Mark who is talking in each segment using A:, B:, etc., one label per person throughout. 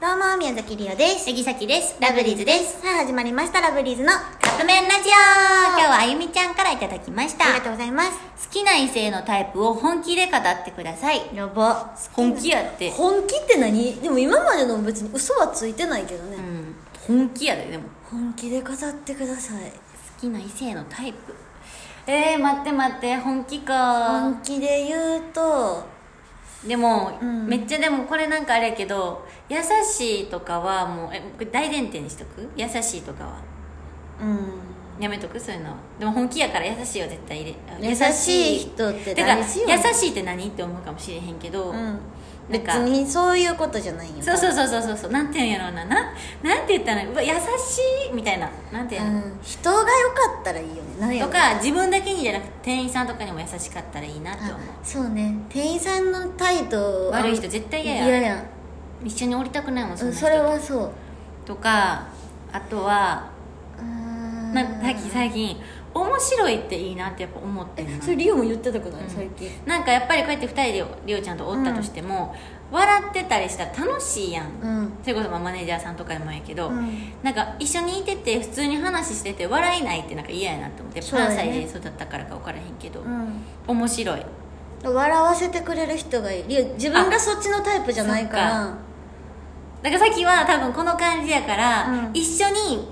A: どうも宮崎りおです
B: 杉崎です
A: ラブリーズですさあ始まりましたラブリーズのあ
B: カップ麺ラジオ今日はあゆみちゃんからいただきました
A: りがとうございます
B: 好きな異性のタイプを本気で語ってください
A: やば
B: 本気やって
C: 本気って何でも今までの別に嘘はついてないけどね、
B: うん本気やででも
C: 本気で語ってください
B: 好きな異性のタイプえー、待って待って本気か
C: 本気で言うと
B: でも、
C: うん
B: めっちゃでもこれなんかあれやけど優しいとかはもうえこれ大前提にしとく優しいとかは
C: うん
B: やめとくそういうのはでも本気やから優しいは絶対入れ
C: 優しい人って
B: だから
C: 大
B: 優
C: 事よね
B: しいって何って思うかもしれへんけど、
C: うん
B: な
C: 別
B: んか
C: にそういうことじゃないよ
B: そうそうそうそうそうそうなんて言うんやろうなななんて言ったらうわ優しいみたいななんて言う
C: う
B: の、
C: ん、人が良かったらいいよね何や
B: と
C: ろ
B: か自分だけにじゃなくて店員さんとかにも優しかったらいいなって思
C: あ
B: う
C: そうね店員さんの態度
B: 悪い人絶対嫌や
C: 嫌や
B: 一緒に降りたくないもんそ
C: うん
B: なん人
C: それはそう
B: とかあとは
C: うん
B: なんかさっき最近面白いっていいなってやっぱ思ってるな
C: それリオも言ってたくない、
B: うん
C: 最近
B: なんかやっぱりこうやって2人でりょうちゃんとおったとしても、笑ってたりしたら楽しいやん、
C: うん
B: それこそまあマネージャーさんとかでもやけど、
C: うん
B: なんか一緒にいてて普通に話してて笑えないってなんか嫌やなと思って
C: そうや
B: 関
C: ね
B: 西で育ったからか分からへんけど、
C: うん
B: 面白い
C: 笑わせてくれる人がいいいや自分がそっちのタイプじゃないから
B: だからさっきは多分この感じやから、
C: うん
B: 一緒に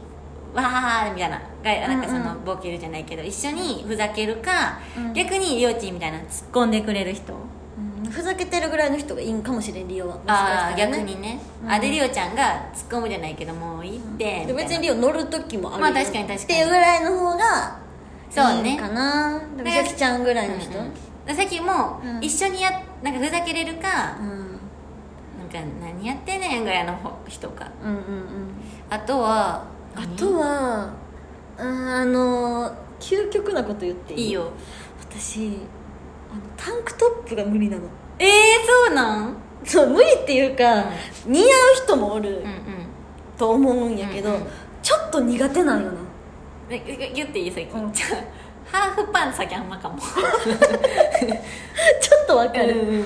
B: わーみたいながなんかその
C: うん
B: ボケるじゃないけど一緒にふざけるか、
C: うん
B: 逆にりょうちんみたいな突っ込んでくれる人
C: うんふざけてるぐらいの人がいいんかもしれんリオはもしか
B: ああ
C: し
B: ー
C: たらね
B: 逆にね、
C: うん
B: あでりおちゃんが突っ込むじゃないけどもういいってみたいな
C: で別にリオ乗る時もあるよ
B: まあ確かに確かに
C: っていうぐらいの方が
B: そうね
C: いいかなでも
B: ね
C: さきちゃんぐらいの人
B: うんうんでさっきも、
C: うん
B: 一緒にやなんかふざけれるか、
C: うん
B: なんか何やってんねんぐらいのほ人か
C: うんうんうん
B: あとは
C: あとはうんあの究極なこと言っていい
B: いいよ
C: 私あのタンクトップが無理なの
B: えー、そうなん
C: そう無理っていうか、似合う人もおる
B: うんうん
C: と思うんやけど、
B: うんうん
C: ちょっと苦手なんよな、
B: ええ言っていいさっき、
C: うん
B: じゃあハーフパンツ先あんまかも
C: ちょっとわかる、
B: うん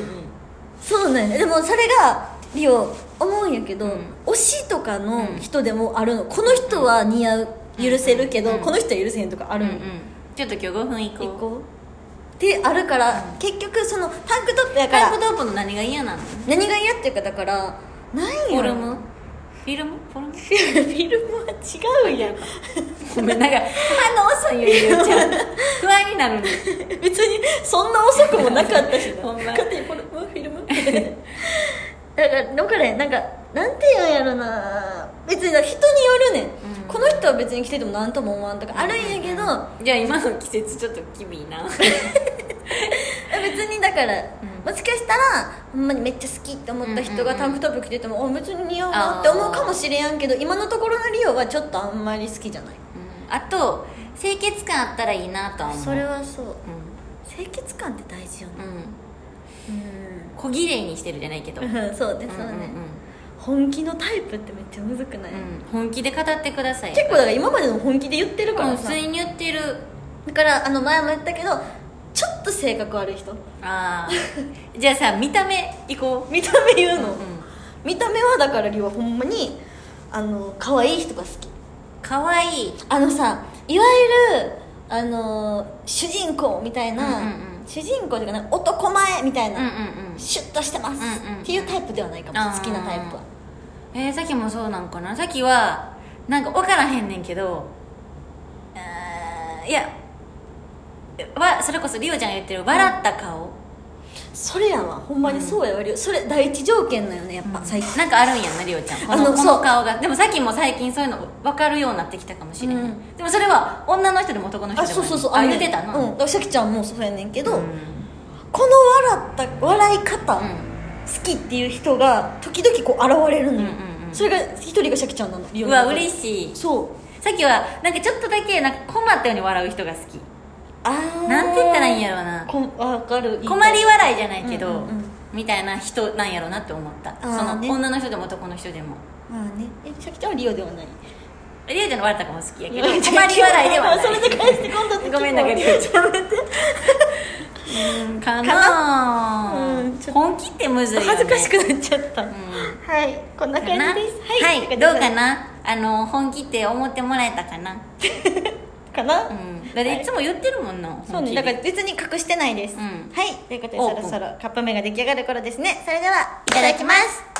C: そうなんやでもそれがリオ思うんやけど、
B: うん
C: 推しとかの人でもあるの、この人は似合う許せるけど、
B: うん
C: この人は許せへんとかあ
B: うん
C: る
B: う
C: の、
B: んちょっと今日5分行こ
C: 一
B: う
C: 個ってあるから、結局そのタンクトップやか
B: タンク
C: ら
B: トップの何が嫌なの
C: 何が嫌っていうかだからない
B: フ
C: よ
B: ォルムフィルムフォルム
C: フィルムは違うや ん
B: ごめんなんか反応遅いよゆうちゃん不安にな るね
C: 別にそんな遅くもなかったしな
B: ほんま
C: 勝手にこれフィルム だからだからねなんかなんて言うんやろな別にな人によるね、ん
B: うん
C: この人は別に着てても何とも思わんとかあるんやけど、
B: じゃあ今の季節ちょっときびい な
C: 別にだから、
B: ん
C: もしかしたらほんまにめっちゃ好きって思った人が
B: うんうんうん
C: タンクトップ着てても、お別に似合うなって思うかもしれやんけど今のところのリオはちょっとあんまり好きじゃない
B: うんあと清潔感あったらいいなとは思う
C: それはそう
B: う
C: 清潔感って大事よね
B: ん、うん、
C: うん
B: 小綺麗にしてるじゃないけど、
C: そうねそうね、本気のタイプってめっちゃむずくない、
B: うんうんうん本気で語ってください
C: 結構だから今までの本気で言ってるから
B: うん
C: さ、
B: 普通に言ってる
C: だからあの前も言ったけどちょっと性格悪い人
B: ああじゃあさ見た目いこ
C: 見た目言う
B: う、
C: の、
B: うん、
C: 見た目はだからりはほんまにあの可愛い人が好き
B: かわいい
C: あのさいわゆるあの主人公みたいな、
B: うんうんうん
C: 主人公というかなんか男前みたい
B: うん
C: な、
B: うんうん
C: シュッとしてます、
B: うんうんうん
C: っていうタイプではないかも好きなタイプは
B: えー、さっきもそうなんかなさっきはなんか分からへんねんけどうーんいやわそれこそリオちゃんが言ってる笑った顔、
C: それやわほんまにそうやわりそれ第一条件だよねやっぱ、最近
B: なんかあるんやんなりおちゃんこ
C: あ
B: の
C: の
B: こ
C: そ
B: の
C: う
B: 顔がでもさっきも最近そういうの分かるようになってきたかもしれない、
C: うん
B: でもそれは女の人でも男の人
C: あ
B: でもない
C: そうそうそう
B: あ
C: の
B: 言ってたな
C: うんだからシャキちゃんもそうやねんけど、
B: うん
C: この笑った笑い方、
B: うん
C: 好きっていう人が時々こう現れるのよ、
B: うんうんうん
C: それが一人がシャキちゃんなの
B: うわ嬉
C: い
B: しい
C: そう
B: さっきはなんかちょっとだけなんか困ったように笑う人が好き
C: あー
B: なんて言ったらいいんやろうな
C: こわかる
B: 困り笑いじゃないけど、
C: うんうんうん
B: みたいな人なんやろうなって思ったそ
C: ー
B: の、
C: ね
B: 女の人でも男の人でも
C: まあねえシャキちゃんはリオではない
B: りおちゃんの笑った顔 も好きやけど困り笑いではない
C: それで返して今度って
B: ごめんなさい
C: やめて
B: うんかな
C: うんちょっと
B: 本気ってむずいよ、ね、
C: 恥ずかしくなっちゃった、
B: うん
C: はいこんな
B: かな
C: 感じです
B: はい、どう
C: な
B: かなあの本気って思ってもらえたかな
C: かな、
B: うんだっていつも言ってるもんな、
C: そうね
B: 本気
C: だ
B: で
C: から別に隠してないです、
B: うん
C: はいということで
B: オ
C: そ
B: ープ
C: ろ
B: ン
C: そろカップ麺が出来上がる頃ですね
A: それでは、いただきます。